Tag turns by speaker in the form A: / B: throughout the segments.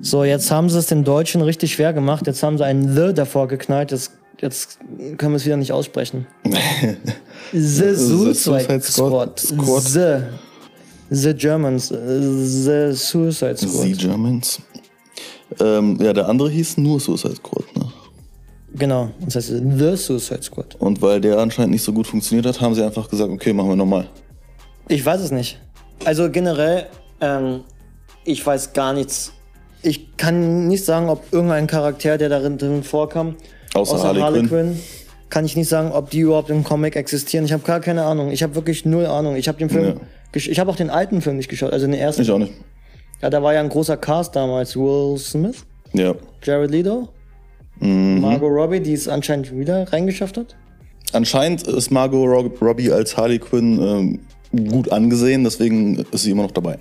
A: So, jetzt haben sie es den Deutschen richtig schwer gemacht. Jetzt haben sie ein The davor geknallt. Jetzt, jetzt können wir es wieder nicht aussprechen. The Suicide Squad.
B: Squad.
A: The. The Germans. The Suicide Squad.
B: The Germans. Ähm, ja, der andere hieß nur Suicide Squad, ne?
A: Genau. Das heißt The Suicide Squad.
B: Und weil der anscheinend nicht so gut funktioniert hat, haben sie einfach gesagt, okay, machen wir nochmal.
A: Ich weiß es nicht. Also generell, ähm, ich weiß gar nichts. Ich kann nicht sagen, ob irgendein Charakter, der darin drin vorkam,
B: Außer Harley Quinn.
A: kann ich nicht sagen, ob die überhaupt im Comic existieren. Ich habe gar keine Ahnung. Ich habe wirklich null Ahnung. Ich habe den Film,
B: Ja.
A: gesch- ich habe auch den alten Film nicht geschaut, also den ersten.
B: Ich auch nicht.
A: Ja, da war ja ein großer Cast damals. Will Smith,
B: Ja.
A: Jared Leto,
B: Mhm.
A: Margot Robbie, die es anscheinend wieder reingeschafft hat.
B: Anscheinend ist Margot Rob- Robbie als Harley Quinn ähm, gut angesehen, deswegen ist sie immer noch dabei.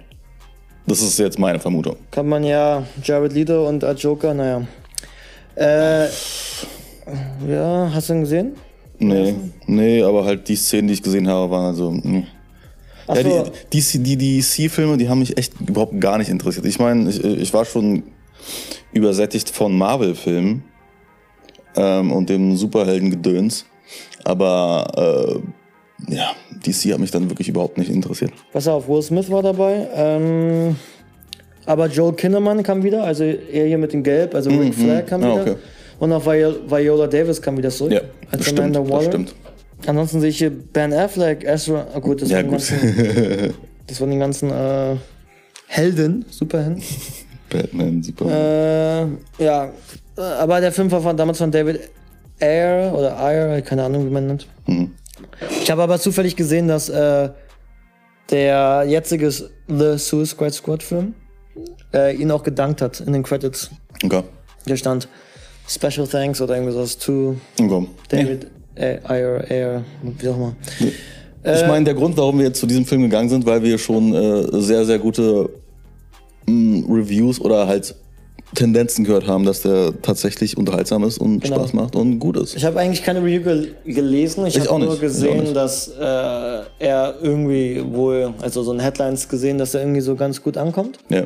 B: Das ist jetzt meine Vermutung.
A: Kann man ja Jared Leto und als Joker, naja. Äh, ja, hast du ihn gesehen?
B: Nee, nee, aber halt die Szenen, die ich gesehen habe, waren also. mh.
A: Ach
B: Ja,
A: so.
B: die, die, die, die DC-Filme, die haben mich echt überhaupt gar nicht interessiert. Ich meine, ich, ich war schon übersättigt von Marvel-Filmen ähm, und dem Superhelden-Gedöns. Aber äh, ja, DC hat mich dann wirklich überhaupt nicht interessiert.
A: Pass auf, Will Smith war dabei. Ähm, aber Joel Kinnaman kam wieder, also er hier mit dem Gelb, also Ric Flair kam
B: Ah,
A: wieder.
B: okay.
A: Und auch Vi Viola Davis kam wieder zurück.
B: Ja,
A: als
B: das stimmt,
A: Amanda
B: das
A: Waller.
B: stimmt.
A: Ansonsten sehe ich hier Ben Affleck, Ezra. Oh gut, das
B: Ja,
A: waren die
B: gut.
A: ganzen, das waren die ganzen äh, Helden, Superhelden.
B: Batman, Superman.
A: Äh, ja, äh, aber der Film war von, damals von David Ayer oder Ayer, keine Ahnung, wie man ihn nennt.
B: Hm.
A: Ich habe aber zufällig gesehen, dass äh, der jetzige S- The Suicide Squad Film äh, ihn auch gedankt hat in den Credits.
B: Okay.
A: Hier stand Special Thanks oder irgendwie sowas to
B: okay.
A: David Ayer, Ayer, Ayer, wie auch immer. Äh,
B: Ich meine, der Grund, warum wir jetzt zu diesem Film gegangen sind, weil wir schon äh, sehr, sehr gute mh, Reviews oder halt Tendenzen gehört haben, dass der tatsächlich unterhaltsam ist und
A: Genau.
B: Spaß macht und gut ist.
A: Ich habe eigentlich keine Review gel gelesen. Ich,
B: Ich auch
A: habe nur
B: nicht. Ich auch
A: gesehen,
B: nicht.
A: dass äh, er irgendwie wohl, also so in Headlines gesehen, dass er irgendwie so ganz gut ankommt.
B: Ja.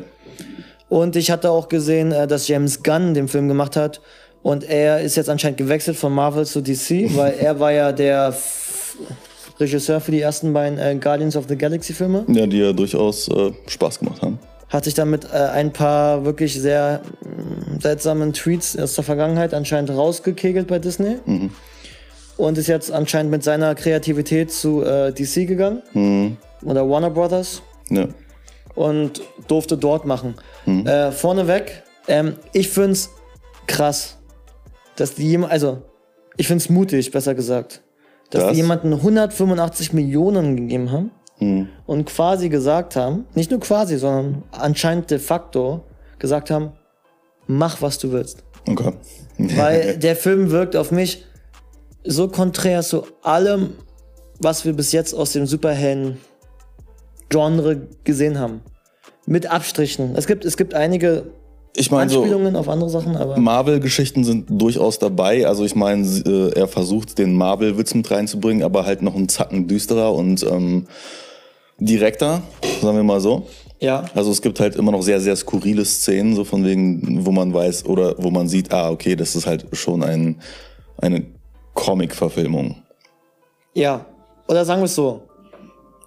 A: Und ich hatte auch gesehen, äh, dass James Gunn den Film gemacht hat. Und er ist jetzt anscheinend gewechselt von Marvel zu DC, weil er war ja der F Regisseur für die ersten beiden äh, Guardians of the Galaxy Filme.
B: ja, die ja durchaus äh, Spaß gemacht haben.
A: Hat sich dann mit äh, ein paar wirklich sehr mh, seltsamen Tweets aus der Vergangenheit anscheinend rausgekegelt bei Disney. Und ist jetzt anscheinend mit seiner Kreativität zu äh, DC gegangen. Oder Warner Brothers.
B: Ja.
A: und durfte dort machen. Äh, vorneweg, ähm, ich find's krass, dass die jemand, also ich find's mutig, besser gesagt, dass
B: Das?
A: die jemanden 185 Millionen gegeben haben und quasi gesagt haben, nicht nur quasi, sondern anscheinend de facto gesagt haben, mach was du willst.
B: Okay.
A: Weil der Film wirkt auf mich so konträr zu allem, was wir bis jetzt aus dem Superhelden-Genre gesehen haben. Mit Abstrichen. Es gibt, es gibt einige
B: Ich meine, so
A: Anspielungen auf andere Sachen, aber
B: Marvel-Geschichten sind durchaus dabei. Also ich meine, sie- äh, er versucht, den Marvel-Witz mit reinzubringen, aber halt noch einen Zacken düsterer und ähm, direkter, sagen wir mal so.
A: ja.
B: Also es gibt halt immer noch sehr, sehr skurrile Szenen, so von wegen, wo man weiß oder wo man sieht, ah, okay, das ist halt schon ein, eine Comic-Verfilmung.
A: Ja. Oder sagen wir es so.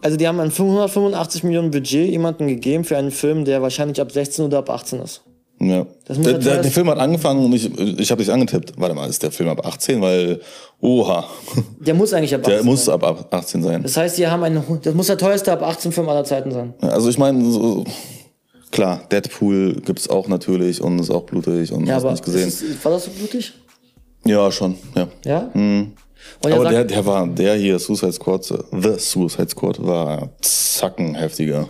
A: Also die haben ein 585 Millionen Budget jemandem gegeben für einen Film, der wahrscheinlich ab 16 oder ab 18 ist.
B: Ja.
A: Das muss
B: ne? der,
A: ja
B: der,
A: zuerst-
B: der Film hat angefangen und ich, ich habe dich angetippt. Warte mal, ist der Film ab 18? Weil, oha,
A: Der muss eigentlich ab 18
B: der muss
A: sein.
B: ab ab 18 sein.
A: Das heißt, die haben einen, Hu- das muss der teuerste ab 18 Film aller Zeiten sein.
B: Also ich meine, so, klar, Deadpool gibt's auch natürlich und ist auch blutig und hast nicht gesehen.
A: ist es- war das so blutig?
B: Ja, schon, ja.
A: Ja? Und er
B: Hm. Aber
A: sagt,
B: der, der war, der hier, Suicide Squad, äh, The Suicide Squad, war zacken heftiger.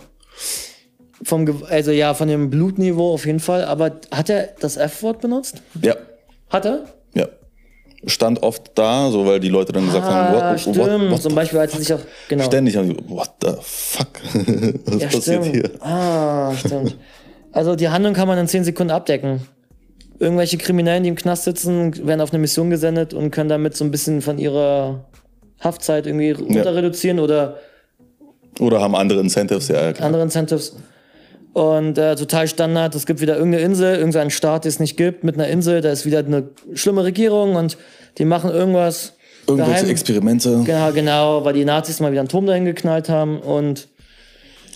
A: vom, Ge- also ja, von dem Blutniveau auf jeden Fall, aber hat er das F-Wort benutzt?
B: Ja,
A: Hat er?
B: Ja. Stand oft da, so weil die Leute dann gesagt
A: Ah,
B: haben, what, what,
A: stimmt.
B: what, what
A: Zum Beispiel, als er sich auch, genau.
B: ständig haben die, what the fuck? Was
A: ja,
B: passiert
A: stimmt.
B: hier?
A: Ah, stimmt. Also die Handlung kann man in 10 Sekunden abdecken. Irgendwelche Kriminellen, die im Knast sitzen, werden auf eine Mission gesendet und können damit so ein bisschen von ihrer Haftzeit irgendwie runter reduzieren oder
B: Oder haben andere Incentives, ja, ja, klar.
A: andere Incentives. Und äh, total Standard, es gibt wieder irgendeine Insel, irgendeinen Staat, den es nicht gibt, mit einer Insel, da ist wieder eine schlimme Regierung und die machen irgendwas.
B: Irgendwelche
A: daheim.
B: Experimente.
A: Genau, genau, weil die Nazis mal wieder einen Turm dahin geknallt haben und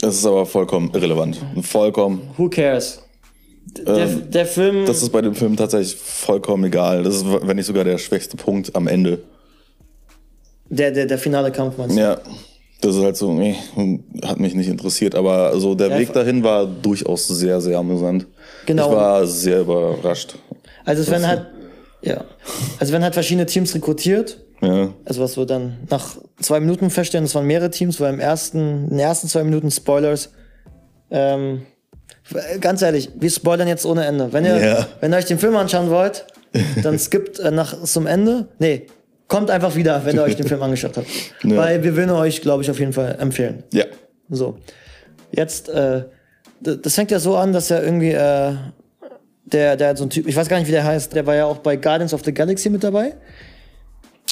B: Das ist aber vollkommen irrelevant. Vollkommen.
A: who cares? D- Der,
B: Ähm,
A: der Film.
B: Das ist bei dem Film tatsächlich vollkommen egal. Das ist, wenn nicht sogar der schwächste Punkt am Ende.
A: der, der, der finale Kampf, meinst du?
B: Ja, das ist halt so, nee, hat mich nicht interessiert. Aber so der
A: Ja,
B: Weg dahin war durchaus sehr, sehr amüsant.
A: Genau.
B: Ich war sehr überrascht.
A: Also es werden
B: Weißt
A: halt, ja. Also werden halt verschiedene Teams rekrutiert.
B: Ja.
A: Also was wir dann nach zwei Minuten feststellen, es waren mehrere Teams, weil im ersten, in den ersten zwei Minuten Spoilers. Ähm, ganz ehrlich, wir spoilern jetzt ohne Ende. Wenn ihr,
B: Ja.
A: wenn ihr euch den Film anschauen wollt, dann skippt äh, nach zum Ende. Nee, kommt einfach wieder, wenn ihr euch den Film angeschaut habt.
B: Ja.
A: Weil wir würden euch, glaube ich, auf jeden Fall empfehlen.
B: Ja.
A: So. Jetzt, äh, d- das fängt ja so an, dass ja irgendwie, äh, der, der so ein Typ, ich weiß gar nicht, wie der heißt, der war ja auch bei Guardians of the Galaxy mit dabei.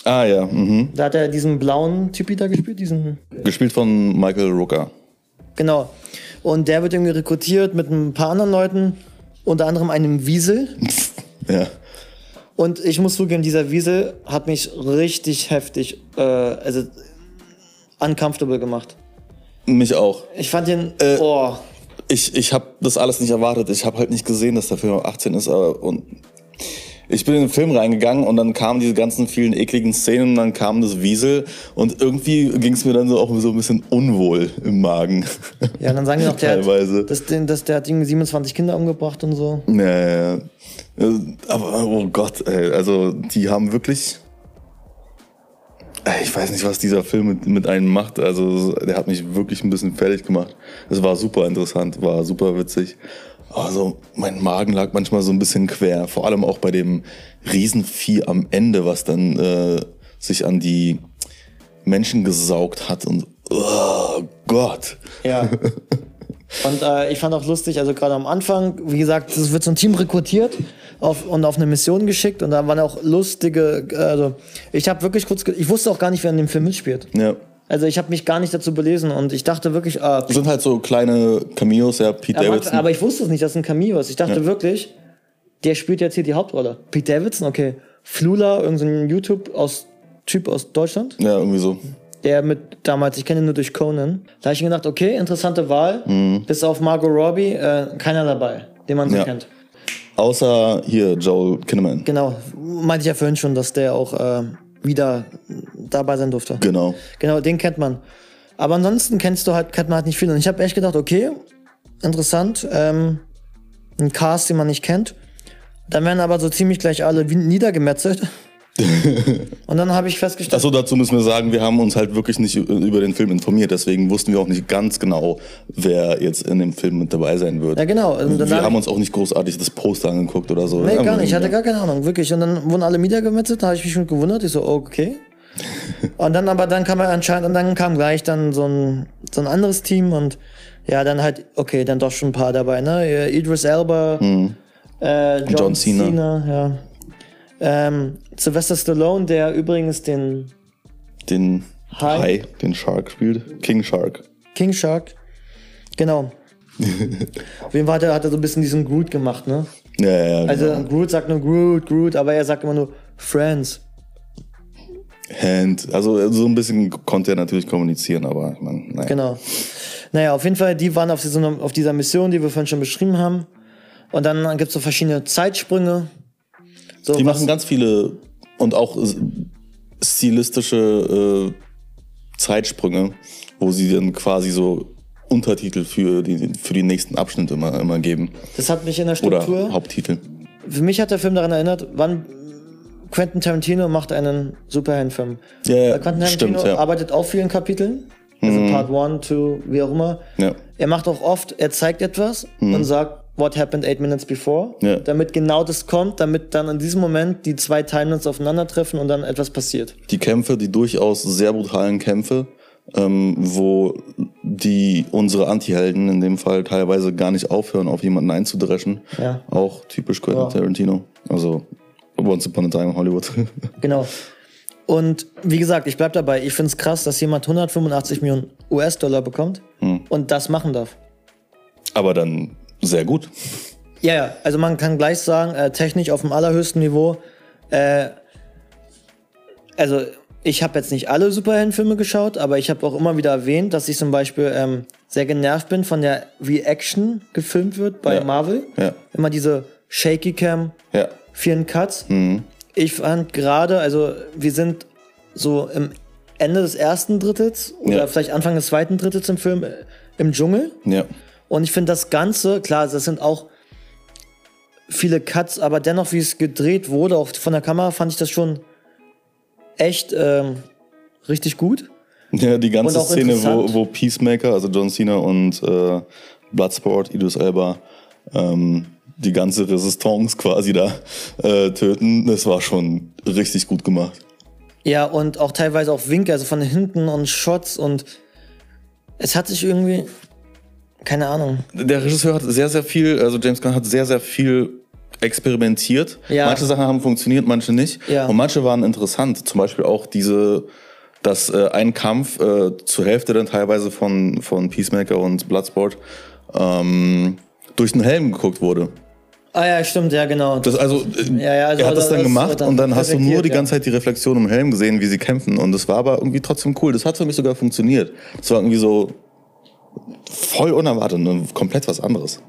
B: Ah ja, mhm.
A: Da hat er diesen blauen Typi da gespielt, diesen,
B: Gespielt von Michael Rooker.
A: genau. Und der wird irgendwie rekrutiert mit ein paar anderen Leuten, unter anderem einem Wiesel.
B: Ja.
A: Und ich muss zugeben, dieser Wiesel hat mich richtig heftig, äh, also, uncomfortable gemacht.
B: Mich auch.
A: Ich fand den, oh,
B: ich, ich habe das alles nicht erwartet. Ich habe halt nicht gesehen, dass der Film ab 18 ist. Aber, und ich bin in den Film reingegangen und dann kamen diese ganzen vielen ekligen Szenen und dann kam das Wiesel und irgendwie ging es mir dann so auch so ein bisschen unwohl im Magen.
A: ja, dann sagen die noch, der,
B: Teilweise.
A: hat, das, den, das, der hat irgendwie 27 Kinder umgebracht und so.
B: Ja, ja, ja. Also, Aber oh Gott, ey, also die haben wirklich. Ey, Ich weiß nicht, was dieser Film mit, mit einem macht. Also der hat mich wirklich ein bisschen fertig gemacht. Es war super interessant, war super witzig. Also mein Magen lag manchmal so ein bisschen quer. Vor allem auch bei dem Riesenvieh am Ende, was dann äh, sich an die Menschen gesaugt hat. Und oh Gott.
A: Ja. Und äh, ich fand auch lustig, also gerade am Anfang, wie gesagt, es wird so ein Team rekrutiert auf, und auf eine Mission geschickt und da waren auch lustige, äh, also ich habe wirklich kurz, ge- ich wusste auch gar nicht, wer in dem Film mitspielt.
B: Ja.
A: Also ich habe mich gar nicht dazu belesen und ich dachte wirklich, ah,
B: Das sind halt so kleine Cameos, ja, Pete
A: am Anfang-
B: Davidson.
A: aber ich wusste es nicht, dass es ein Cameo ist. Ich dachte
B: Ja.
A: wirklich, der spielt jetzt hier die Hauptrolle. Pete Davidson, okay. Flula, irgendein YouTube aus Typ aus Deutschland.
B: ja, irgendwie so.
A: der mit damals, ich kenne ihn nur durch Conan. Da habe ich mir gedacht, okay, interessante Wahl. Bis auf Margot Robbie, äh, keiner dabei, den man so
B: Ja.
A: kennt.
B: Außer hier Joel Kinnaman.
A: Genau, meinte ich ja vorhin schon, dass der auch äh, wieder dabei sein durfte.
B: Genau.
A: Genau, den kennt man. Aber ansonsten kennst du halt, kennt man halt nicht viel. Und ich habe echt gedacht, okay, interessant, ähm, ein Cast, den man nicht kennt. Dann werden aber so ziemlich gleich alle wie niedergemetzelt. Und dann habe ich festgestellt,
B: Achso, dazu müssen wir sagen, wir haben uns halt wirklich nicht ü- über den Film informiert, deswegen wussten wir auch nicht ganz genau, wer jetzt in dem Film mit dabei sein wird.
A: ja genau. Und dann
B: wir
A: hab ich-
B: haben uns auch nicht großartig das Poster angeguckt oder so.
A: Nee,
B: Ja,
A: gar nicht. Ich hatte
B: ja.
A: gar keine Ahnung, wirklich. Und dann wurden alle niedergemetzelt, da habe ich mich schon gewundert. Ich so, oh, okay. Und dann aber dann kam er anscheinend und dann kam gleich dann so ein, so ein anderes Team und ja, dann halt, okay, dann doch schon ein paar dabei, ne? Äh, Idris Elba, äh, John,
B: Hm. John Cena.
A: Cena, ja. Ähm, Sylvester Stallone, der übrigens den
B: Den
A: Hi.
B: Hai, den Shark spielt. King Shark.
A: King Shark, genau. Auf jeden Fall hat er, hat er so ein bisschen diesen Groot gemacht, ne?
B: Ja, ja, ja.
A: Also
B: genau.
A: Groot sagt nur Groot, Groot, aber er sagt immer nur Friends.
B: Hand. Also so ein bisschen konnte er natürlich kommunizieren, aber ich meine, naja.
A: Genau. Naja, auf jeden Fall, die waren auf dieser, auf dieser Mission, die wir vorhin schon beschrieben haben. Und dann gibt es so verschiedene Zeitsprünge. So,
B: Die
A: was-
B: machen ganz viele und auch s- stilistische äh, Zeitsprünge, wo sie dann quasi so Untertitel für die, für die nächsten Abschnitte immer, immer geben.
A: das hat mich in der
B: Oder
A: Struktur.
B: Haupttitel.
A: für mich hat der Film daran erinnert, wann Quentin Tarantino macht einen Superheldenfilm.
B: Ja, ja,
A: Weil Quentin Tarantino
B: stimmt, ja. Mhm.
A: arbeitet auch vielen Kapiteln. Also Part 1, 2, wie auch immer.
B: Ja. Mhm.
A: Er macht auch oft, er zeigt etwas und sagt, what happened eight minutes before,
B: Ja.
A: damit genau das kommt, damit dann in diesem Moment die zwei Timelines aufeinandertreffen und dann etwas passiert.
B: Die Kämpfe, die durchaus sehr brutalen Kämpfe, ähm, wo die unsere Antihelden in dem Fall teilweise gar nicht aufhören, auf jemanden einzudreschen.
A: Ja.
B: Auch typisch Quentin
A: Ja.
B: Tarantino. Also Once Upon a Time in Hollywood.
A: Genau. Und wie gesagt, ich bleib dabei. Ich
B: Hm.
A: find's krass, dass jemand 185 Millionen US-Dollar bekommt und das machen darf.
B: Aber dann sehr gut.
A: Ja, ja, also man kann gleich sagen, äh, technisch auf dem allerhöchsten Niveau. Äh, also ich habe jetzt nicht alle Superheldenfilme geschaut, aber ich habe auch immer wieder erwähnt, dass ich zum Beispiel ähm, sehr genervt bin von der Reaction gefilmt wird bei
B: Ja.
A: Marvel.
B: Ja.
A: Immer diese Shaky Cam,
B: Ja.
A: vielen Cuts.
B: Mhm.
A: Ich fand gerade, also wir sind so im Ende des ersten Drittels oder
B: Ja.
A: vielleicht Anfang des zweiten Drittels im Film äh, im Dschungel.
B: Ja.
A: Und ich finde das Ganze, klar, das sind auch viele Cuts, aber dennoch, wie es gedreht wurde, auch von der Kamera, fand ich das schon echt ähm, richtig gut.
B: Ja, die ganze
A: Und auch
B: Szene, wo,
A: interessant.
B: wo Peacemaker, also John Cena und äh, Bloodsport, Idris Elba, ähm, die ganze Resistance quasi da äh, töten, das war schon richtig gut gemacht.
A: Ja, und auch teilweise auch Winkel, also von hinten und Shots und es hat sich irgendwie, keine Ahnung.
B: Der Regisseur hat sehr, sehr viel, also James Gunn hat sehr, sehr viel experimentiert.
A: Ja.
B: Manche Sachen haben funktioniert, manche nicht.
A: Ja.
B: Und manche waren interessant. Zum Beispiel auch diese, dass äh, ein Kampf äh, zur Hälfte dann teilweise von, von Peacemaker und Bloodsport ähm, durch den Helm geguckt wurde.
A: Ah ja, stimmt, ja, genau.
B: Das also, äh,
A: Ja, ja, also
B: er hat das
A: das-
B: dann
A: das
B: gemacht
A: wird dann
B: und dann hast du nur
A: reflektiert,
B: die
A: ja.
B: ganze Zeit die Reflexion im Helm gesehen, wie sie kämpfen. Und das war aber irgendwie trotzdem cool. Das hat für mich sogar funktioniert. Das war irgendwie so voll unerwartet und komplett was anderes.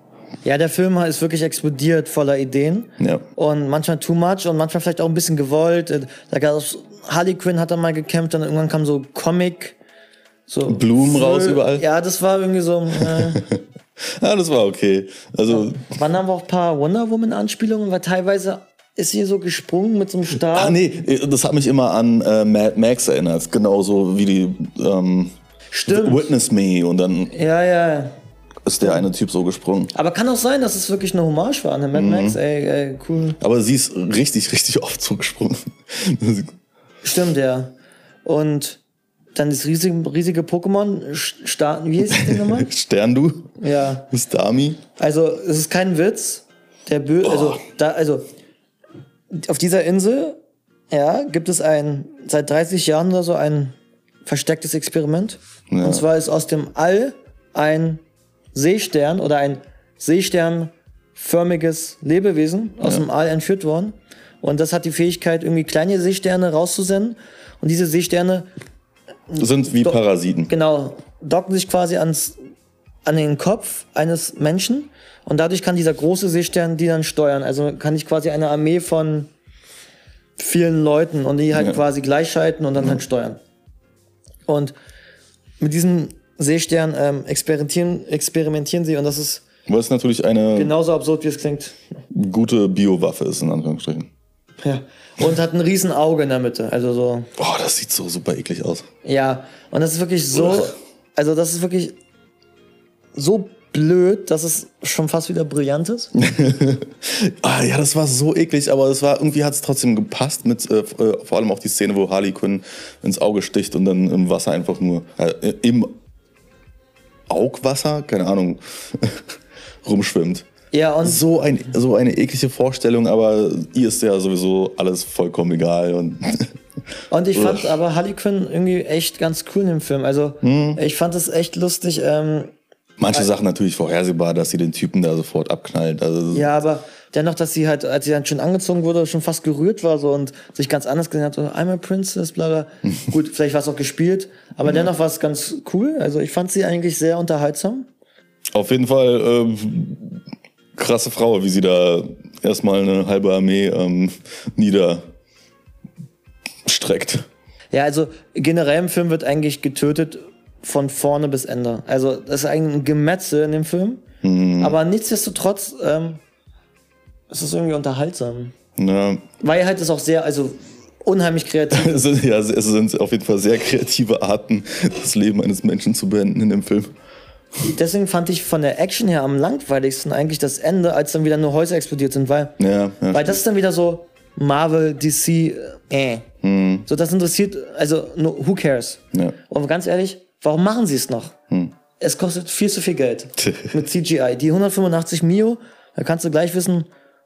A: ja, der Film ist wirklich explodiert voller Ideen.
B: Ja.
A: Und manchmal too much und manchmal vielleicht auch ein bisschen gewollt. Da gab's Harley Quinn hat da mal gekämpft, dann irgendwann kam so Comic. So
B: Blumen raus
A: Full-
B: überall.
A: Ja, das war irgendwie so. Äh,
B: Ja, das war okay. Also
A: wann haben wir auch ein paar Wonder Woman-Anspielungen, weil teilweise ist sie so gesprungen mit so einem Stab.
B: Ah nee, das hat mich immer an äh, Mad Max erinnert. Genauso wie die ähm,
A: Stimmt.
B: Witness Me und dann
A: Ja, ja.
B: ist der eine Typ so gesprungen.
A: Aber kann auch sein, dass es wirklich eine Hommage war an den
B: Mhm.
A: Mad Max. Ey, ey, cool.
B: Aber sie ist richtig, richtig oft so gesprungen.
A: Stimmt, ja. Und dann das riesige, riesige Pokémon Sch- starten. Wie hieß das denn nochmal?
B: Stern du?
A: ja.
B: Ist Dami?
A: Also, es ist kein Witz. Der Bö also, da, also, auf dieser Insel, ja, gibt es ein, seit 30 Jahren oder so, ein verstecktes Experiment.
B: Ja.
A: Und zwar ist aus dem All ein Seestern oder ein seesternförmiges Lebewesen aus dem All entführt worden. Und das hat die Fähigkeit, irgendwie kleine Seesterne rauszusenden. Und diese Seesterne
B: Sind wie Parasiten.
A: genau, docken sich quasi ans, an den Kopf eines Menschen und dadurch kann dieser große Seestern die dann steuern. Also kann ich quasi eine Armee von vielen Leuten und die halt
B: Ja.
A: quasi gleichschalten und dann halt steuern. Und mit diesem Seestern ähm, experimentieren, experimentieren sie und das ist
B: Was natürlich eine
A: genauso absurd, wie es klingt.
B: gute Biowaffe ist, in Anführungsstrichen.
A: Ja. Und hat ein riesen Auge in der Mitte. Also so.
B: Boah, das sieht so super eklig aus.
A: Ja, und das ist wirklich so,
B: Ugh.
A: also das ist wirklich so blöd, dass es schon fast wieder brillant ist.
B: Ah, ja, das war so eklig, aber es war, irgendwie hat es trotzdem gepasst, mit, äh, f- äh, vor allem auch die Szene, wo Harley Quinn ins Auge sticht und dann im Wasser einfach nur, äh, im Augwasser, keine Ahnung, rumschwimmt.
A: Ja, und
B: So, ein, so eine eklige Vorstellung, aber ihr ist ja sowieso alles vollkommen egal. Und
A: Und ich fand aber Harley Quinn irgendwie echt ganz cool in dem Film. Also ich fand es echt lustig. Ähm,
B: manche Sachen natürlich vorhersehbar, dass sie den Typen da sofort abknallt. Also,
A: ja, aber dennoch, dass sie halt, als sie dann schön angezogen wurde, schon fast gerührt war so und sich ganz anders gesehen hat. So, I'm a princess, bla bla. Gut, vielleicht war es auch gespielt, aber dennoch war es ganz cool. Also ich fand sie eigentlich sehr unterhaltsam.
B: Auf jeden Fall ähm, krasse Frau, wie sie da erstmal eine halbe Armee ähm, niederstreckt.
A: Ja, also generell im Film wird eigentlich getötet von vorne bis Ende. Also das ist eigentlich ein Gemetzel in dem Film. Aber nichtsdestotrotz ähm, es ist irgendwie unterhaltsam.
B: Ja,
A: Weil halt ist auch sehr, also unheimlich kreativ.
B: es, sind, ja, es sind auf jeden Fall sehr kreative Arten, das Leben eines Menschen zu beenden in dem Film.
A: Deswegen fand ich von der Action her am langweiligsten eigentlich das Ende, als dann wieder nur Häuser explodiert sind, weil,
B: Ja, ja.
A: weil das ist dann wieder so Marvel, DC, äh. So, das interessiert, also no, who cares?
B: Hm. ja. Hm.
A: Und ganz ehrlich, warum machen sie es noch? Es kostet viel zu viel Geld mit CGI. Die 185 Mio, da kannst du gleich wissen,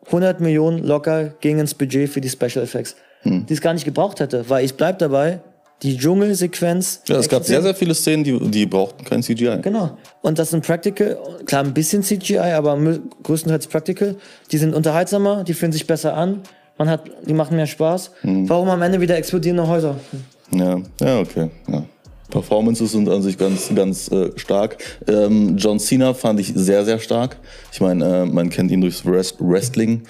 A: 100
B: Hm.
A: Millionen locker ging ins Budget für die Special Effects, die es gar nicht gebraucht hätte, weil ich bleib dabei, die Dschungelsequenz.
B: Ja, es gab sehr, sehr viele Szenen, die, die brauchten kein CGI.
A: Genau. Und das sind Practical, klar ein bisschen CGI, aber mü- größtenteils Practical. Die sind unterhaltsamer, die fühlen sich besser an. Man hat, die machen mehr Spaß. Warum am Ende wieder explodierende Häuser?
B: Ja, ja, okay. Ja. Performances sind an sich ganz, ganz äh, stark. Ähm, John Cena fand ich sehr, sehr stark. Ich meine, äh, man kennt ihn durchs Wres- Wrestling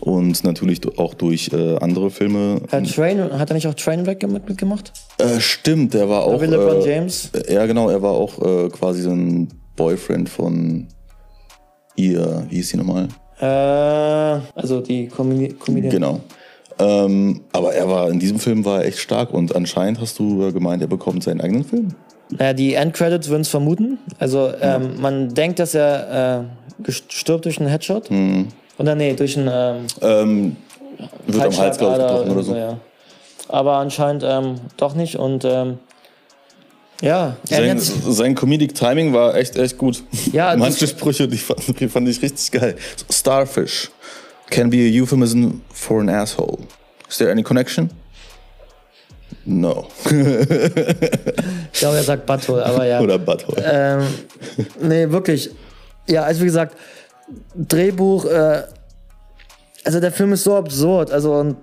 B: und natürlich du- auch durch äh, andere Filme.
A: Hat, Train, hat er nicht auch Trainwreck mit- mitgemacht?
B: Äh, stimmt, der war auch.
A: Will LeBron
B: äh,
A: James?
B: äh, Ja, genau, er war auch äh, quasi so ein Boyfriend von ihr. Wie hieß sie nochmal?
A: Äh, also die Comedi- Comedian.
B: Genau. Ähm, aber er war in diesem Film war er echt stark und anscheinend hast du äh, gemeint, er bekommt seinen eigenen Film.
A: Naja, die Endcredits würden es vermuten. Also ähm, man denkt, dass er äh, gest- stirbt durch einen Headshot. Oder nee, durch einen ähm,
B: Ähm, wird am Hals, glaube ich,
A: Halsschlagader
B: gebrochen oder so.
A: irgendwo, ja. Aber anscheinend ähm, doch nicht. Und ähm, ja, er
B: Sein,
A: hat
B: sein Comedic Timing war echt, echt gut.
A: Ja,
B: Manche Sprüche, die fand, die fand ich richtig geil. Starfish can be a euphemism for an asshole. Is there any connection? No.
A: ich glaube, er sagt Butthole, aber ja.
B: Oder Butthole.
A: Ähm, nee, wirklich. Ja, also wie gesagt, Drehbuch, äh, also der Film ist so absurd. Also und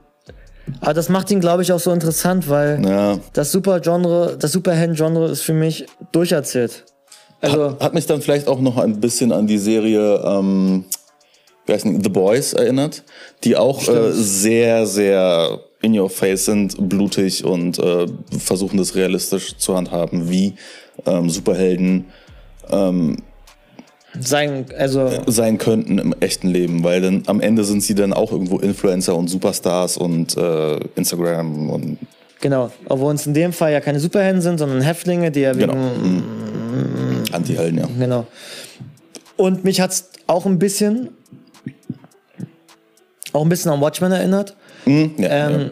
A: aber das macht ihn, glaube ich, auch so interessant, weil
B: ja.
A: das Super-Genre, das Superhelden-Genre ist für mich durcherzählt. Also,
B: Hat mich dann vielleicht auch noch ein bisschen an die Serie ähm, wie heißt denn, The Boys erinnert, die auch äh, sehr, sehr in your face sind, blutig und äh, versuchen das realistisch zu handhaben, wie ähm, Superhelden
A: sein, also
B: sein könnten im echten Leben, weil dann am Ende sind sie dann auch irgendwo Influencer und Superstars und äh, Instagram und
A: Genau, obwohl es in dem Fall ja keine Superhelden sind, sondern Häftlinge, die ja wegen.
B: genau.
A: Genau.
B: Mhm. Anti-Helden, ja.
A: Und mich hat es auch ein bisschen. auch ein bisschen an Watchmen erinnert.
B: Mhm, ja,
A: Ähm,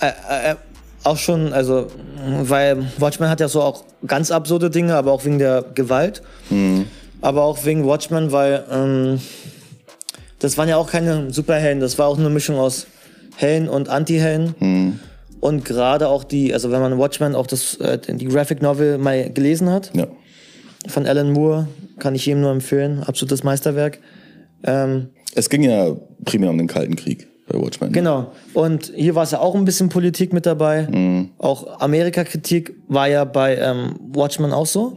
A: Äh, äh, auch schon, also, weil Watchmen hat ja so auch ganz absurde Dinge, aber auch wegen der Gewalt. Aber auch wegen Watchmen, weil ähm, das waren ja auch keine Superhelden, das war auch eine Mischung aus Helden und Anti-Helden. Und gerade auch die, also wenn man Watchmen auch das, äh, die Graphic Novel mal gelesen hat,
B: ja. ja.
A: von Alan Moore, kann ich jedem nur empfehlen, absolutes Meisterwerk. Ähm,
B: Es ging ja primär um den Kalten Krieg bei Watchmen.
A: Genau. Und hier war es ja auch ein bisschen Politik mit dabei. Auch Amerika-Kritik war ja bei ähm, Watchmen auch so.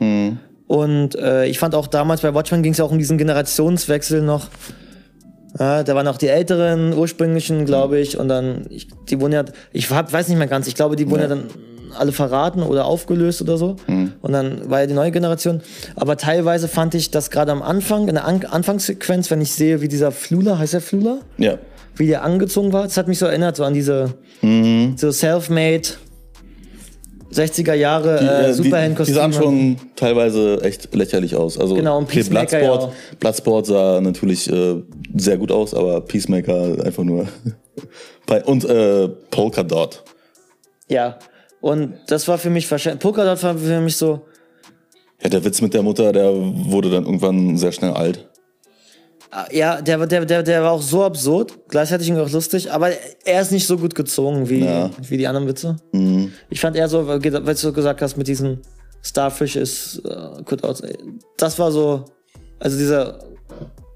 A: Und äh, ich fand auch damals bei Watchmen ging es ja auch um diesen Generationswechsel noch. Ja, da waren auch die älteren ursprünglichen, glaube ich, und dann, ich, die wurden ja, ich hab, weiß nicht mehr ganz, ich glaube, die wurden ja,
B: Ja.
A: dann alle verraten oder aufgelöst oder so. Und dann war ja die neue Generation. Aber teilweise fand ich das gerade am Anfang, in der An Anfangssequenz, wenn ich sehe, wie dieser Flula, heißt der Flula?
B: Ja.
A: wie der angezogen war. Das hat mich so erinnert, so an diese
B: Mhm.
A: so self-made 60er Jahre äh,
B: Äh, die- Die sahen
A: Superhelden-Kostüme.
B: schon teilweise echt lächerlich aus. Also
A: Genau, und
B: okay,
A: Peacemaker ja
B: Bloodsport,
A: auch.
B: Bloodsport sah natürlich äh, sehr gut aus, aber Peacemaker einfach nur. bei- und äh, Polka Dot.
A: Ja. Und das war für mich wahrscheinlich. Polkadot war für mich so,
B: Ja, der Witz mit der Mutter, der wurde dann irgendwann sehr schnell alt.
A: ah, ja, der, der, der, der war auch so absurd, gleichzeitig irgendwie auch lustig, aber er ist nicht so gut gezogen wie,
B: Ja. Mhm.
A: wie die anderen Witze. Ich fand eher so, weil weil du gesagt hast, mit diesem Starfish ist äh, gut aus. Das war so, also diese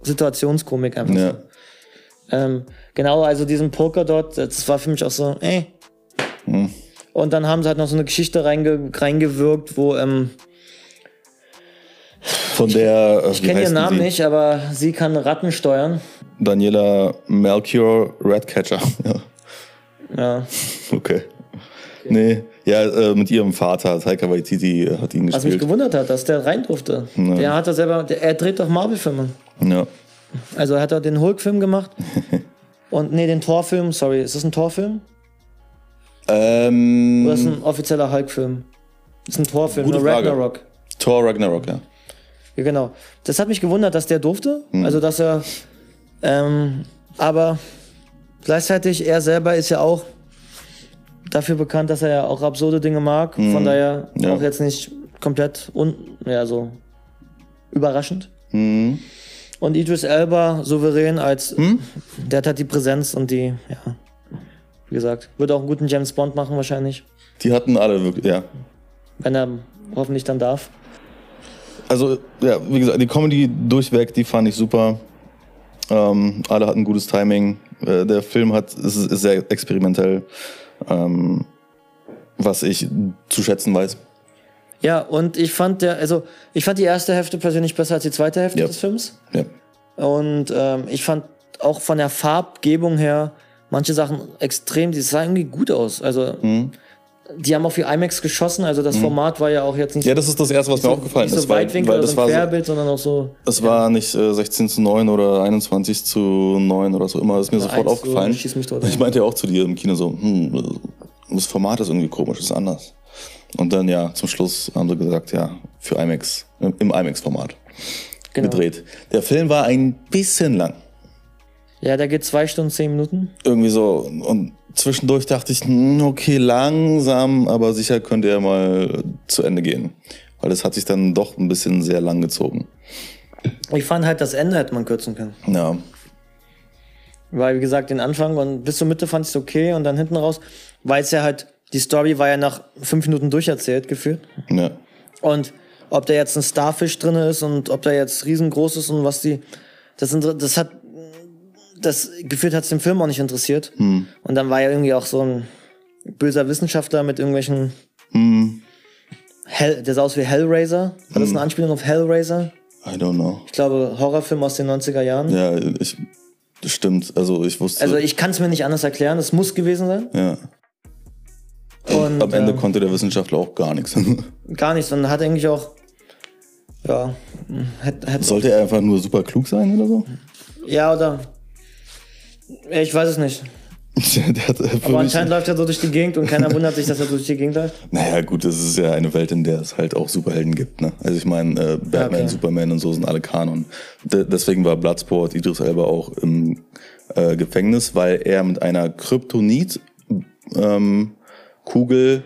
A: Situationskomik einfach.
B: Ja.
A: Ähm, genau, also diesen Poker dort, das war für mich auch so, ey.
B: Hm.
A: Und dann haben sie halt noch so eine Geschichte reinge reingewirkt, wo, ähm,
B: Von der. äh,
A: ich
B: wie
A: kenne
B: heißt
A: ihren Namen
B: sie?
A: nicht, aber sie kann Ratten steuern.
B: Daniela Melchior Redcatcher. ja,
A: Ja.
B: okay. Nee, ja, äh, mit ihrem Vater, Taika Waititi, äh, hat ihn
A: Was mich
B: gespielt.
A: gewundert hat, dass der rein durfte. Der hat ja selber, der, er dreht doch Marvel-Filme.
B: ja.
A: Also er hat er den Hulk-Film gemacht. Und nee, den Thor-Film, sorry, ist das ein Thor-Film?
B: ähm,
A: Oder ist ein offizieller Hulk-Film? Ist ein Thor-Film,
B: Hm. Gute
A: nur
B: Frage.
A: Ragnarok.
B: Thor Ragnarok, ja.
A: Ja, genau. Das hat mich gewundert, dass der durfte.
B: Hm.
A: Also, dass er. Ähm, aber gleichzeitig, er selber ist ja auch dafür bekannt, dass er ja auch absurde Dinge mag. Von daher
B: Hm. Ja.
A: auch jetzt nicht komplett un ja, so überraschend.
B: Mhm.
A: Und Idris Elba souverän als.
B: Hm?
A: Der hat halt die Präsenz und die. Ja. Wie gesagt, wird auch einen guten James Bond machen, wahrscheinlich.
B: Die hatten alle wirklich, ja.
A: Wenn er hoffentlich dann darf.
B: Also, ja, wie gesagt, die Comedy durchweg, die fand ich super. Ähm, alle hatten gutes Timing. Äh, der Film hat, ist, ist sehr experimentell, ähm, was ich zu schätzen weiß.
A: Ja, und ich fand der, also ich fand die erste Hälfte persönlich besser als die zweite Hälfte
B: Ja.
A: des Films.
B: Ja.
A: Und ähm, ich fand auch von der Farbgebung her manche Sachen extrem, die sahen irgendwie gut aus. Also
B: Mhm.
A: die haben auch viel IMAX geschossen, also das Format war ja auch jetzt nicht
B: ja, das ist das Erste, was Mhm. mir
A: so,
B: aufgefallen
A: nicht so
B: ist, weil,
A: Weitwinkel
B: weil
A: oder
B: das
A: so ein
B: war so,
A: Querbild, sondern auch so
B: Das war nicht äh, 16 zu 9 oder 21 zu 9 oder so immer. Das ist mir sofort
A: eins zu-
B: aufgefallen.
A: schieß mich tot.
B: ich meinte ja auch zu dir im Kino so, hm, das Format ist irgendwie komisch, ist anders. Und dann ja, zum Schluss haben sie gesagt, ja, für IMAX, im im IMAX-Format
A: genau.
B: gedreht. Der Film war ein bisschen lang.
A: Ja, da geht zwei Stunden, zehn Minuten.
B: Irgendwie so. Und zwischendurch dachte ich, hm, okay, langsam, aber sicher könnte er mal zu Ende gehen. Weil das hat sich dann doch ein bisschen sehr lang gezogen.
A: Ich fand halt, das Ende hätte man kürzen können.
B: Ja.
A: Weil, wie gesagt, den Anfang und bis zur Mitte fand ich es okay und dann hinten raus, weil es ja halt, die Story war ja nach fünf Minuten durcherzählt gefühlt.
B: Ja.
A: Und ob da jetzt ein Starfish drin ist und ob da jetzt riesengroß ist und was die. Das, inter- das hat. Das gefühlt hat es den Film auch nicht interessiert.
B: Hm.
A: Und dann war ja irgendwie auch so ein böser Wissenschaftler mit irgendwelchen.
B: Hm.
A: Hell, der sah aus wie Hellraiser. War das eine Anspielung auf Hellraiser?
B: I don't know.
A: Ich glaube, Horrorfilm aus den 90er Jahren.
B: Ja, ich, das stimmt. Also ich wusste.
A: Also ich kann es mir nicht anders erklären, es muss gewesen sein.
B: ja.
A: Und
B: Am Ende
A: ähm,
B: konnte der Wissenschaftler auch gar nichts.
A: gar nichts. Und hat eigentlich auch. Ja, hm, hätte, hätte
B: Sollte er einfach nur super klug sein oder so?
A: Ja, oder. Ich weiß es nicht.
B: der hat
A: Aber anscheinend läuft er so durch die Gegend und keiner wundert sich, dass er so durch die Gegend läuft.
B: naja, gut, das ist ja eine Welt, in der es halt auch Superhelden gibt. Ne? Also ich meine, äh, Batman,
A: Okay.
B: Superman und so sind alle Kanon. De deswegen war Bloodsport Idris Elba auch im äh, Gefängnis, weil er mit einer Kryptonit-Kugel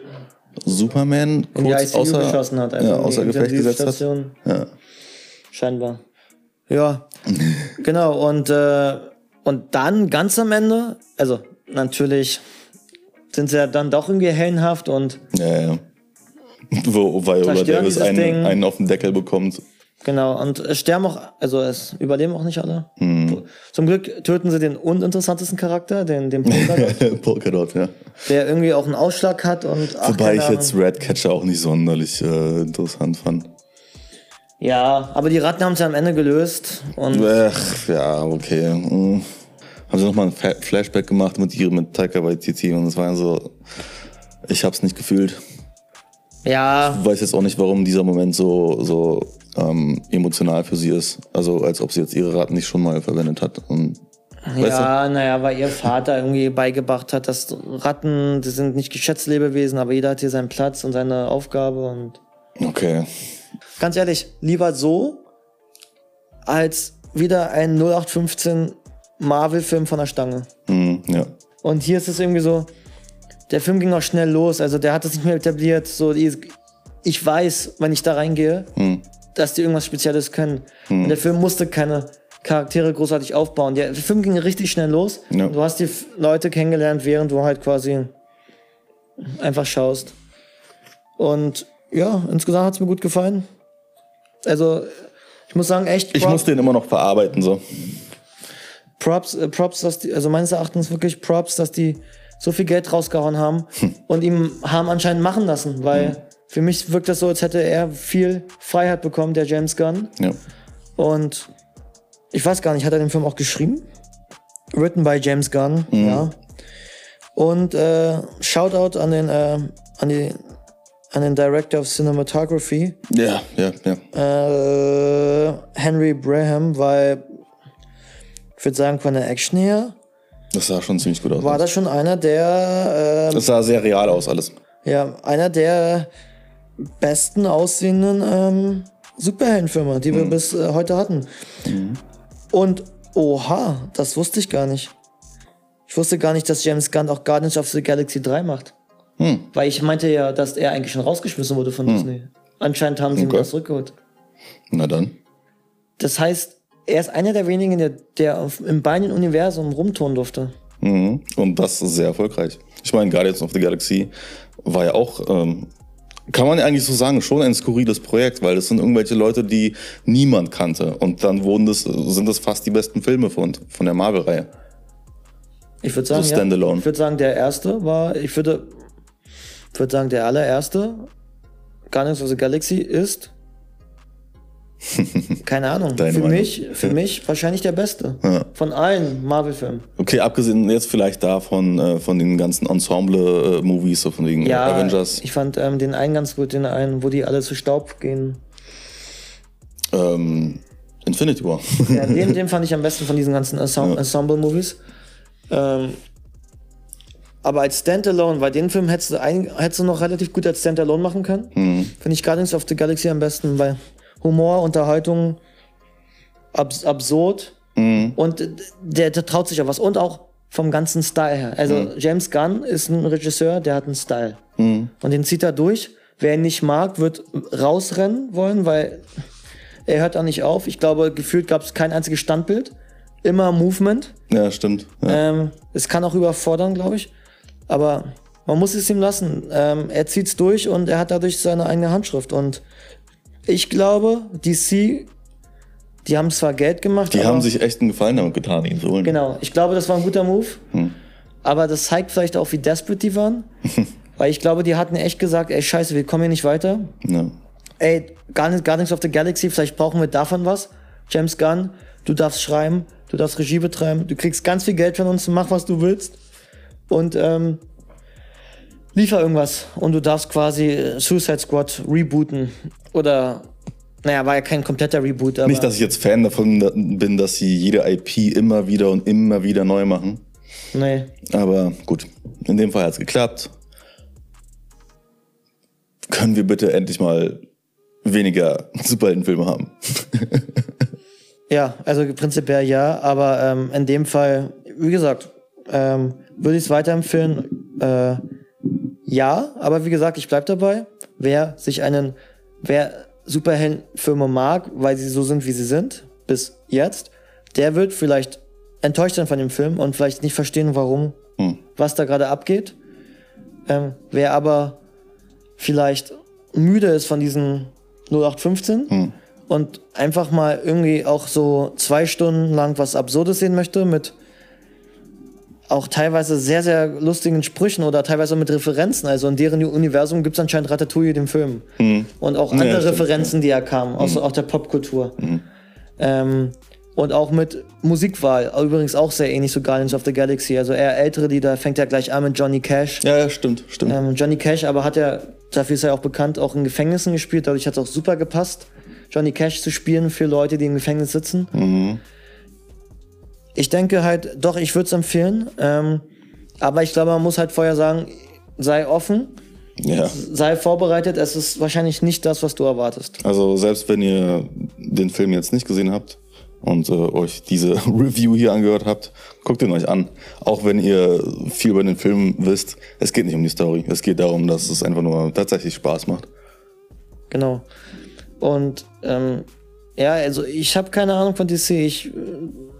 B: Superman
A: In die
B: kurz
A: ICU geschossen
B: außer,
A: hat. also
B: ja, außer
A: in die
B: Gefecht gesetzt hat.
A: Intensivstation.
B: Ja.
A: Scheinbar. Ja. genau, und, äh, und dann ganz am Ende, also natürlich sind sie ja dann doch irgendwie hellenhaft und
B: Ja, ja. Wo Viola
A: Zerstören
B: Davis
A: dieses Ding.
B: einen, einen auf den Deckel bekommt.
A: genau, und es sterben auch, also es überleben auch nicht alle.
B: Mhm.
A: Zum Glück töten sie den uninteressantesten Charakter, den, den Poker,
B: Polkadot, ja.
A: der irgendwie auch einen Ausschlag hat und ach,
B: Wobei
A: keine
B: ich jetzt
A: Ahnung.
B: Redcatcher auch nicht sonderlich äh, interessant fand.
A: Ja, aber die Ratten haben es ja am Ende gelöst und
B: Ach, ja, okay. Hm. Haben sie nochmal ein Fa- Flashback gemacht mit ihrem mit Taika Waititi und es war so, ich hab's nicht gefühlt.
A: ja,
B: Ich weiß jetzt auch nicht, warum dieser Moment so, so ähm, emotional für sie ist. Also als ob sie jetzt ihre Raten nicht schon mal verwendet hat. Und, weißt du?
A: Ja, naja, weil ihr Vater irgendwie beigebracht hat, dass Ratten, die sind nicht Geschäftslebewesen, aber jeder hat hier seinen Platz und seine Aufgabe und.
B: Okay.
A: Ganz ehrlich, lieber so, als wieder ein 0815 Marvel-Film von der Stange.
B: Hm, ja.
A: Und hier ist es irgendwie so, der Film ging auch schnell los, also der hat es nicht mehr etabliert. So, die, ich weiß, wenn ich da reingehe,
B: Hm.
A: dass die irgendwas Spezielles können. Und der Film musste keine Charaktere großartig aufbauen. Der Film ging richtig schnell los.
B: Ja.
A: Du hast die F- Leute kennengelernt, während du halt quasi einfach schaust. Und ja, insgesamt hat es mir gut gefallen. Also, ich muss sagen, echt
B: Ich muss den immer noch verarbeiten, so.
A: Props, äh, Props, dass die, also meines Erachtens wirklich Props, dass die so viel Geld rausgehauen haben und ihm haben anscheinend machen lassen, weil für mich wirkt das so, als hätte er viel Freiheit bekommen, der James Gunn.
B: Ja.
A: Und ich weiß gar nicht, hat er den Film auch geschrieben? Written by James Gunn, ja. Und äh, Shoutout an den, äh, an, die, an den Director of Cinematography,
B: Ja, ja, ja.
A: äh, Henry Braham, weil ich würde sagen, von der Action her
B: Das sah schon ziemlich gut aus.
A: war das schon einer der,
B: das sah sehr real aus, alles.
A: äh, ja, einer der besten aussehenden ähm, Superheldenfilme, die wir
B: Mhm.
A: bis äh, heute hatten. Und oha, das wusste ich gar nicht. Ich wusste gar nicht, dass James Gunn auch Guardians of the Galaxy 3 macht.
B: Hm.
A: Weil ich meinte ja, dass er eigentlich schon rausgeschmissen wurde von Disney. Anscheinend haben sie ihn
B: Okay.
A: wieder zurückgeholt.
B: Na dann.
A: Das heißt, er ist einer der wenigen, der, der auf, im beiden Universum rumtouren durfte.
B: Mhm. Und das ist sehr erfolgreich. Ich meine, Guardians of the Galaxy war ja auch, ähm, kann man eigentlich so sagen, schon ein skurriles Projekt, weil das sind irgendwelche Leute, die niemand kannte. Und dann wurden das, sind das fast die besten Filme von, von der Marvel-Reihe.
A: Ich würde sagen,
B: So
A: ja.
B: Also standalone.
A: ich würde sagen, der erste war, ich würde, ich würde sagen, der allererste Guardians of the Galaxy ist, keine Ahnung,
B: Deine
A: für
B: Meinung.
A: mich, für mich wahrscheinlich der beste
B: Ja.
A: von allen Marvel-Filmen.
B: Okay, abgesehen jetzt vielleicht davon, äh, von den ganzen Ensemble-Movies, so von wegen
A: Ja,
B: Avengers.
A: ich fand ähm, den einen ganz gut, den einen, wo die alle zu Staub gehen.
B: ähm, Infinity War.
A: Ja, den, den fand ich am besten von diesen ganzen Ensemble- Ensemble-Movies. Ähm, aber als Standalone, weil den Film hättest du, ein, hättest du noch relativ gut als Standalone machen können. Finde ich Guardians of the Galaxy am besten, weil Humor, Unterhaltung, abs absurd und äh, der, der traut sich auch was. Und auch vom ganzen Style her. Also James Gunn ist ein Regisseur, der hat einen Style. Und den zieht er durch. Wer ihn nicht mag, wird rausrennen wollen, weil er hört auch nicht auf. Ich glaube, gefühlt gab es kein einziges Standbild. Immer Movement.
B: ja, stimmt. Ja.
A: Ähm, es kann auch überfordern, glaube ich. Aber man muss es ihm lassen. Ähm, er zieht's durch und er hat dadurch seine eigene Handschrift. Und ich glaube, DC, die haben zwar Geld gemacht,
B: die
A: aber
B: haben sich echt einen Gefallen damit getan, ihn zu holen.
A: genau. Ich glaube, das war ein guter Move.
B: Hm.
A: Aber das zeigt vielleicht auch, wie desperate die waren. Weil ich glaube, die hatten echt gesagt, ey Scheiße, wir kommen hier nicht weiter
B: Ja.
A: ey, Guardians, Guardians of the Galaxy, vielleicht brauchen wir davon was. James Gunn, du darfst schreiben, du darfst Regie betreiben, du kriegst ganz viel Geld von uns, mach was du willst und ähm, liefer irgendwas. Und du darfst quasi äh, Suicide Squad rebooten oder, naja, war ja kein kompletter Reboot, aber
B: Nicht, dass ich jetzt Fan davon da- bin, dass sie jede IP immer wieder und immer wieder neu machen.
A: nee.
B: Aber gut, in dem Fall hat es geklappt. Können wir bitte endlich mal weniger Superheldenfilme haben?
A: Ja, also prinzipiell ja, aber ähm, in dem Fall, wie gesagt, ähm, würde ich es weiterempfehlen. Äh, ja, aber wie gesagt, ich bleib dabei. Wer sich einen, wer Superheldenfilme mag, weil sie so sind, wie sie sind, bis jetzt, der wird vielleicht enttäuscht sein von dem Film und vielleicht nicht verstehen, warum,
B: Hm.
A: was da gerade abgeht. Ähm, wer aber vielleicht müde ist von diesen 0815
B: Hm.
A: und einfach mal irgendwie auch so zwei Stunden lang was Absurdes sehen möchte mit auch teilweise sehr, sehr lustigen Sprüchen oder teilweise mit Referenzen. Also in deren Universum gibt es anscheinend Ratatouille, den Film. Und auch andere
B: Hm. stimmt, Hm.
A: Referenzen, die ja kamen, aus, auch der Popkultur. Ähm, und auch mit Musikwahl, übrigens auch sehr ähnlich zu Guardians of the Galaxy. Also eher ältere Lieder, fängt ja gleich an mit Johnny Cash.
B: Ja, ja, stimmt, stimmt.
A: Ähm, Johnny Cash aber hat ja, dafür ist er auch bekannt, auch in Gefängnissen gespielt. Dadurch hat es auch super gepasst, Johnny Cash zu spielen für Leute, die im Gefängnis sitzen. Ich denke halt, doch, ich würde es empfehlen. Ähm, aber ich glaube, man muss halt vorher sagen, sei offen,
B: Ja.
A: sei vorbereitet. Es ist wahrscheinlich nicht das, was du erwartest.
B: Also selbst wenn ihr den Film jetzt nicht gesehen habt und äh, euch diese Review hier angehört habt, guckt ihn euch an. Auch wenn ihr viel über den Film wisst, es geht nicht um die Story. Es geht darum, dass es einfach nur tatsächlich Spaß macht.
A: Genau. Und ähm, ja, also ich habe keine Ahnung von DC. Ich, äh,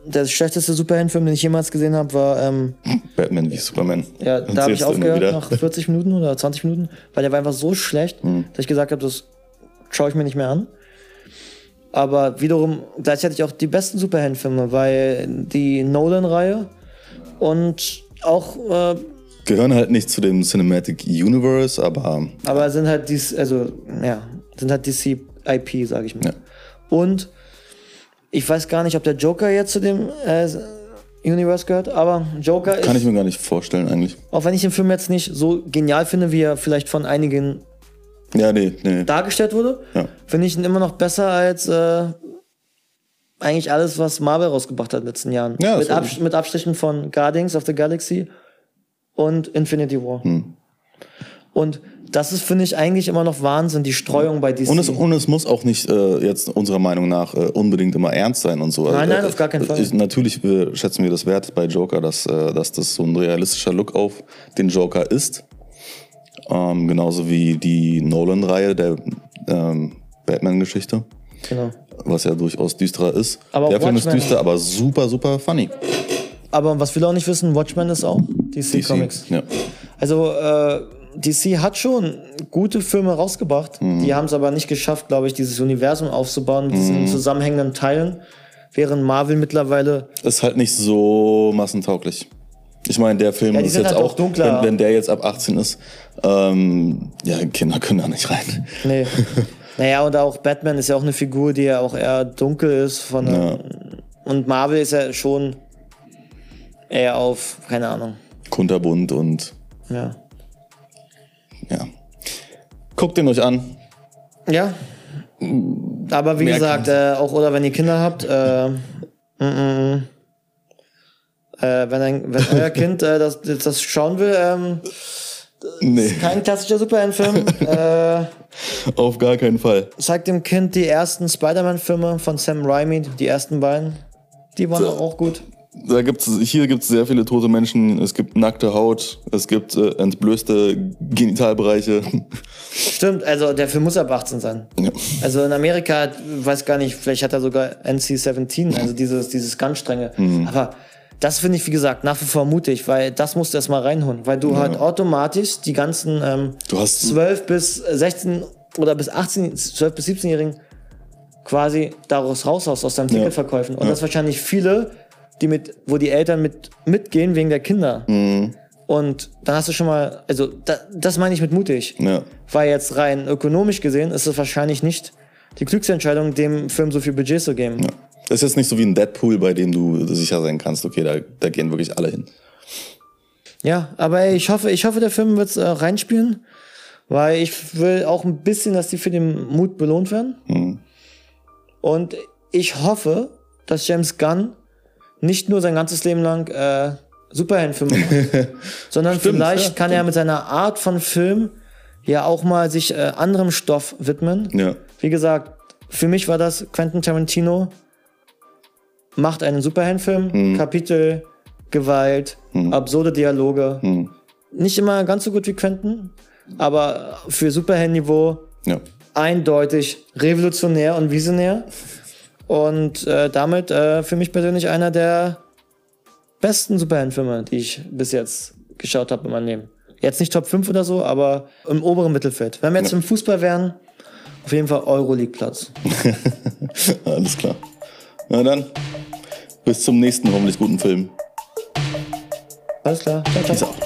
A: der schlechteste Superheldenfilm, den ich jemals gesehen habe, war ähm,
B: Batman wie Superman.
A: Ja, da habe
B: Erzählst
A: ich
B: du
A: aufgehört
B: immer
A: nach 40 Minuten oder 20 Minuten, weil der war einfach so schlecht,
B: Hm.
A: dass ich gesagt habe, das schaue ich mir nicht mehr an. Aber wiederum gleichzeitig auch die besten Superheldenfilme, weil die Nolan-Reihe und auch, äh,
B: Gehören halt nicht zu dem Cinematic Universe, aber
A: aber sind halt dies, also ja, sind halt DC IP, sage ich mal.
B: Ja.
A: Und ich weiß gar nicht, ob der Joker jetzt zu dem äh, Universe gehört, aber Joker
B: kann
A: ist
B: ich mir gar nicht vorstellen eigentlich.
A: auch wenn ich den Film jetzt nicht so genial finde, wie er vielleicht von einigen
B: Ja, nee, nee.
A: dargestellt wurde,
B: Ja.
A: finde ich ihn immer noch besser als äh, eigentlich alles, was Marvel rausgebracht hat in den letzten Jahren.
B: Ja,
A: mit,
B: das
A: Abs mit Abstrichen von Guardians of the Galaxy und Infinity War.
B: Hm.
A: Und das ist, finde ich, eigentlich immer noch Wahnsinn, die Streuung bei DC.
B: Und es, und es muss auch nicht äh, jetzt unserer Meinung nach äh, unbedingt immer ernst sein und so.
A: Nein, nein,
B: äh,
A: auf gar keinen Fall.
B: Ich, natürlich äh, schätzen wir das wert bei Joker, dass, äh, dass das so ein realistischer Look auf den Joker ist. Ähm, genauso wie die Nolan-Reihe der ähm, Batman-Geschichte,
A: genau.
B: was ja durchaus düsterer ist.
A: Aber
B: der Film ist
A: Watchmen-
B: düster, aber super, super funny.
A: Aber was viele auch nicht wissen, Watchmen ist auch DC, Comics.
B: Ja.
A: Also äh, DC hat schon gute Filme rausgebracht.
B: Hm.
A: Die haben es aber nicht geschafft, glaube ich, dieses Universum aufzubauen mit
B: Hm.
A: diesen zusammenhängenden Teilen. Während Marvel mittlerweile
B: Ist halt nicht so massentauglich. Ich meine, der Film
A: Ja, die
B: ist
A: sind
B: jetzt
A: halt
B: auch,
A: auch dunkler.
B: Wenn, wenn der jetzt ab 18 ist, ähm, ja, Kinder können da nicht rein.
A: Nee. naja, und auch Batman ist ja auch eine Figur, die ja auch eher dunkel ist. Von
B: Ja,
A: Und Marvel ist ja schon eher auf, keine Ahnung.
B: kunterbunt und
A: Ja.
B: ja. Guckt den euch an.
A: Ja. Aber wie
B: Mehr
A: gesagt, äh, auch oder wenn ihr Kinder habt, äh, mm, mm, mm. äh, wenn, ein, wenn euer Kind äh, das, das das schauen will, ähm,
B: Nee,
A: kein klassischer Superheldenfilm, äh,
B: auf gar keinen Fall.
A: zeigt dem Kind die ersten Spider-Man-Filme von Sam Raimi, die ersten beiden. Die waren
B: So.
A: auch gut.
B: Da gibt's, hier gibt es sehr viele tote Menschen, es gibt nackte Haut, es gibt äh, entblößte Genitalbereiche.
A: Stimmt, also der Film muss ab 18 sein.
B: ja.
A: Also in Amerika, hat- weiß gar nicht, vielleicht hat er sogar NC-17, also dieses, dieses ganz strenge.
B: Mhm.
A: Aber das finde ich, wie gesagt, nach wie vor mutig, weil das musst du erstmal reinholen, weil du halt automatisch die ganzen ähm,
B: Du hast
A: 12 bis 16 oder bis 18, 12 bis 17-Jährigen quasi daraus raushaust aus deinen Ticketverkäufen. Und das wahrscheinlich viele, die mit, wo die Eltern mit mitgehen wegen der Kinder.
B: Mhm.
A: Und dann hast du schon mal, also da, das meine ich mit mutig.
B: Ja.
A: Weil jetzt rein ökonomisch gesehen ist es wahrscheinlich nicht die klügste Entscheidung, dem Film so viel Budget zu geben.
B: Ja. Das ist jetzt nicht so wie ein Deadpool, bei dem du sicher sein kannst, okay, da, da gehen wirklich alle hin.
A: Ja, aber ey, ich hoffe, ich hoffe, der Film wird's äh, reinspielen, weil ich will auch ein bisschen, dass die für den Mut belohnt werden.
B: Mhm.
A: Und ich hoffe, dass James Gunn nicht nur sein ganzes Leben lang äh, Superheldenfilme macht, sondern vielleicht
B: ja,
A: kann er mit seiner Art von Film ja auch mal sich äh, anderem Stoff widmen.
B: Ja.
A: Wie gesagt, für mich war das Quentin Tarantino macht einen Superheldenfilm, Kapitel, Gewalt, absurde Dialoge. Nicht immer ganz so gut wie Quentin, aber für Superhelden-Niveau
B: Ja.
A: eindeutig revolutionär und visionär. Und äh, damit äh, für mich persönlich einer der besten Superheldenfilme, die ich bis jetzt geschaut habe in meinem Leben. Jetzt nicht Top 5 oder so, aber im oberen Mittelfeld. Wenn wir jetzt im Fußball wären, auf jeden Fall Euroleague-Platz.
B: Alles klar. Na dann, bis zum nächsten hoffentlich guten Film.
A: Alles klar. Ciao, ciao.
B: Peace out.